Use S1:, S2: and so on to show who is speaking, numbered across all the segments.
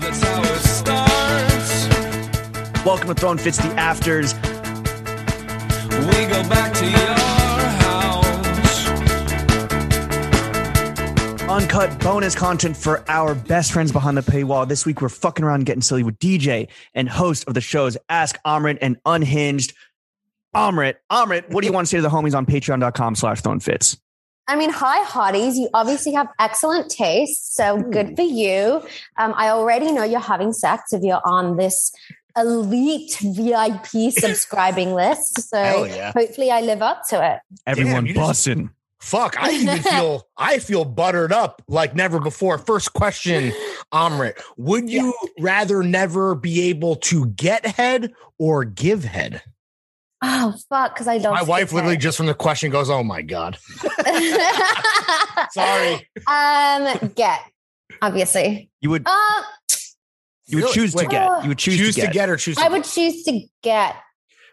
S1: That's how it starts.
S2: Welcome to Throne Fits the Afters.
S1: We go back to your house.
S2: Uncut bonus content for our best friends behind the paywall. This week we're fucking around and getting silly with DJ and host of the shows Ask Omrit and Unhinged. Omrit, Omrit, what do you want to say to the homies on patreon.com slash Throne Fits?
S3: I mean, hi, hotties. You obviously have excellent taste, so
S4: Hmm.
S3: good for you. Um, I already know you're having sex if you're on this elite VIP subscribing list. So
S4: Hell yeah.
S3: hopefully I live up to it.
S2: Everyone
S4: you just-
S2: bussin'.
S4: Fuck, I even feel I feel buttered up like never before. First question, Omrit. Would you rather never be able to get head or give head?
S3: Oh, fuck, because I don't.
S4: My
S3: skip
S4: wife literally
S3: it.
S4: just from the question goes, Oh my god. Sorry.
S3: um, get, obviously.
S2: You would
S3: Uh,
S2: you would
S4: Oh, Really?
S2: choose to
S4: Wait.
S2: get. You would choose,
S4: Choose,
S2: to, get,
S4: or choose to
S3: I would choose to get.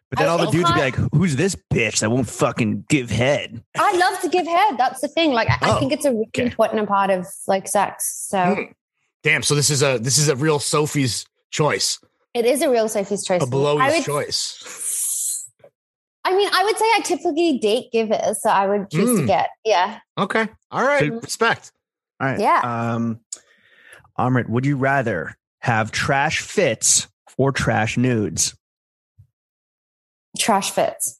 S2: But then all
S4: Oh,
S2: the
S3: I-
S2: dudes would be like, who's this bitch that won't fucking give head?
S3: I love to give head. That's the thing. Like, I, I
S4: Oh,
S3: think it's a really
S4: okay.
S3: important part of like sex. So
S4: Hmm. Damn, so this is a this is a real Sophie's choice.
S3: it is a real Sophie's choice.
S4: A
S3: I
S4: blowy's
S3: would
S4: choice.
S3: I mean, I would say I typically date givers, so I would choose to
S4: Mm.
S3: get. Yeah.
S4: Okay. All right.
S2: So-
S4: Respect.
S2: All right.
S3: Yeah.
S2: Um, Amrit, would you rather have trash fits or trash nudes?
S3: Trash fits.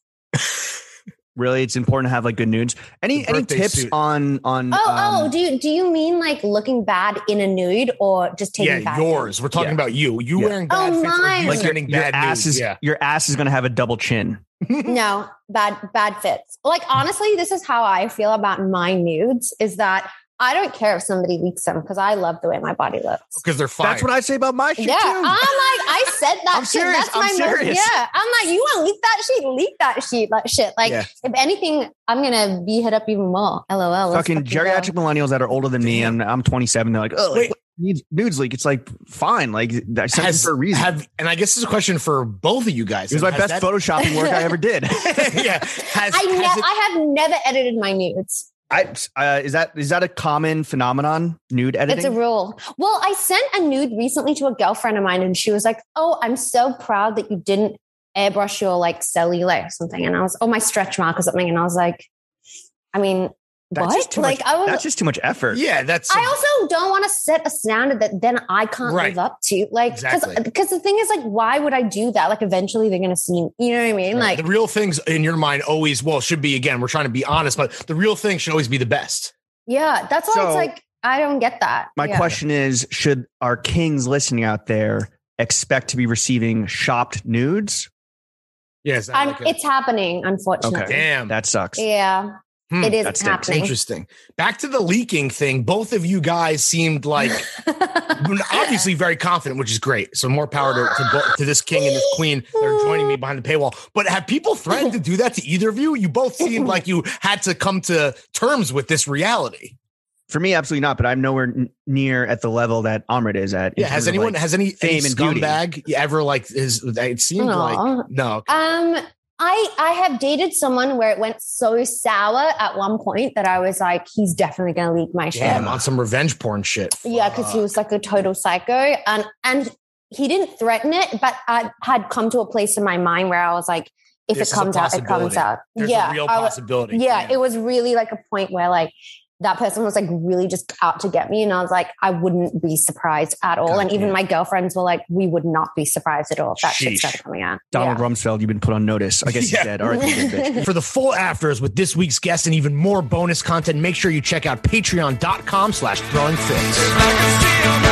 S2: Really, it's important to have like good nudes. Any
S4: The
S2: any
S4: birthday
S2: tips
S4: suit.
S2: on on?
S3: Oh,
S4: Mm,
S2: um,
S3: oh, do you do you mean like looking bad in a nude or just taking
S4: Yeah,
S3: bad?
S4: yours. We're talking
S2: Yeah.
S4: about you. You
S2: Yeah.
S4: wearing bad
S3: Oh,
S4: fits or
S3: mine.
S4: you
S2: like your,
S4: sending
S2: your
S4: bad
S2: ass
S4: nudes.
S2: is
S4: yeah.
S2: your ass is gonna have a double chin.
S3: No, bad bad fits. Like
S4: Hmm.
S3: honestly, this is how I feel about my nudes is that I don't care if somebody leaks them because I love the way my body looks.
S4: Because they're fine.
S2: That's what I say about my shit
S3: Yeah, I'm
S2: too.
S3: like, I said that.
S2: I'm
S3: shit.
S2: serious.
S3: That's
S2: I'm
S3: my mo-
S2: serious.
S3: yeah, I'm like, you want to leak that sheet? Leak that sheet, like shit. Like,
S2: Yeah.
S3: if anything, I'm gonna be hit up even more. LOL. Let's
S2: fucking
S3: go.
S2: geriatric millennials that are older than me. I'm I'm 27. They're like, oh,
S4: Wait.
S2: like, nudes, nudes leak. It's like fine. Like I sent it
S4: Has-
S2: for a reason.
S4: Have and I guess this is a question for both of you guys.
S2: it was my
S4: Has
S2: best photoshopping work I ever did.
S4: that- yeah. Has,
S3: I
S4: has
S3: ne-
S4: it-
S3: I have never edited my nudes.
S2: I uh, is that is that a common phenomenon? Nude editing.
S3: It's a rule. Well, I sent a nude recently to a girlfriend of mine, and she was like, "Oh, I'm so proud that you didn't airbrush your like cellulite or something." And I was, "Oh, my stretch mark or something," and I was like, "I mean,
S2: That's just
S3: what?"
S2: too
S3: Like,
S2: much-
S3: I was.
S2: That's just too much effort.
S4: yeah, that's
S3: I also don't want to set a standard that then I can't
S4: Right.
S3: live up to. Like, because
S4: Exactly.
S3: the thing is, like, why would I do that? Like, eventually they're going to see me. You know what I mean? Like,
S4: the real things in your mind always well should be again, we're trying to be honest, but the real thing should always be the best.
S3: yeah, that's why
S2: So-
S3: it's like, I don't get that.
S2: My
S3: Yeah.
S2: question is should our kings listening out there expect to be receiving shopped nudes?
S4: Yeah, is that
S3: I'm,
S4: like a-
S3: it's happening, unfortunately.
S2: Okay.
S4: damn.
S2: That sucks.
S3: Yeah,
S4: Hmm,
S3: it is
S2: that stinks.
S3: happening.
S4: interesting. Back to the leaking thing. Both of you guys seemed like obviously very confident, which is great. So more power to to, bo- to this king and this queen that are joining me behind the paywall. But have people threatened to do that to either of you? You both seemed like you had to come to terms with this reality.
S2: For me, absolutely not, but I'm nowhere n- near at the level that Amrit is at. in
S4: Yeah. Has
S2: terms of,
S4: anyone
S2: like-
S4: has any, any
S2: fame and beauty.
S4: scumbag ever like is? It seemed
S3: Aw.
S4: like no.
S3: Um, I I have dated someone where it went so sour at one point that I was like, he's definitely going to leak my shit.
S4: Damn, on some revenge porn shit.
S3: Yeah, because he was like a total psycho, and and he didn't threaten it, but I had come to a place in my mind where I was like, if
S4: This
S3: it
S4: is a
S3: comes out, it comes
S4: possibility.
S3: out.
S4: There's
S3: yeah,
S4: a real
S3: I wa-
S4: possibility.
S3: yeah, it was really like a point where like that person was like really just out to get me, and I was like, I wouldn't be surprised at all.
S4: God
S3: and even
S4: damn.
S3: my girlfriends were like, we would not be surprised at all if that shit
S4: Sheesh.
S3: started coming out.
S2: Donald
S3: yeah.
S2: Rumsfeld, you've been put on notice. I guess
S4: Yeah.
S2: he's dead. All right, you good bitch.
S4: For the full afters with this week's guest and even more bonus content, make sure you check out patreon.com slash throwing fits.
S1: I can see 'em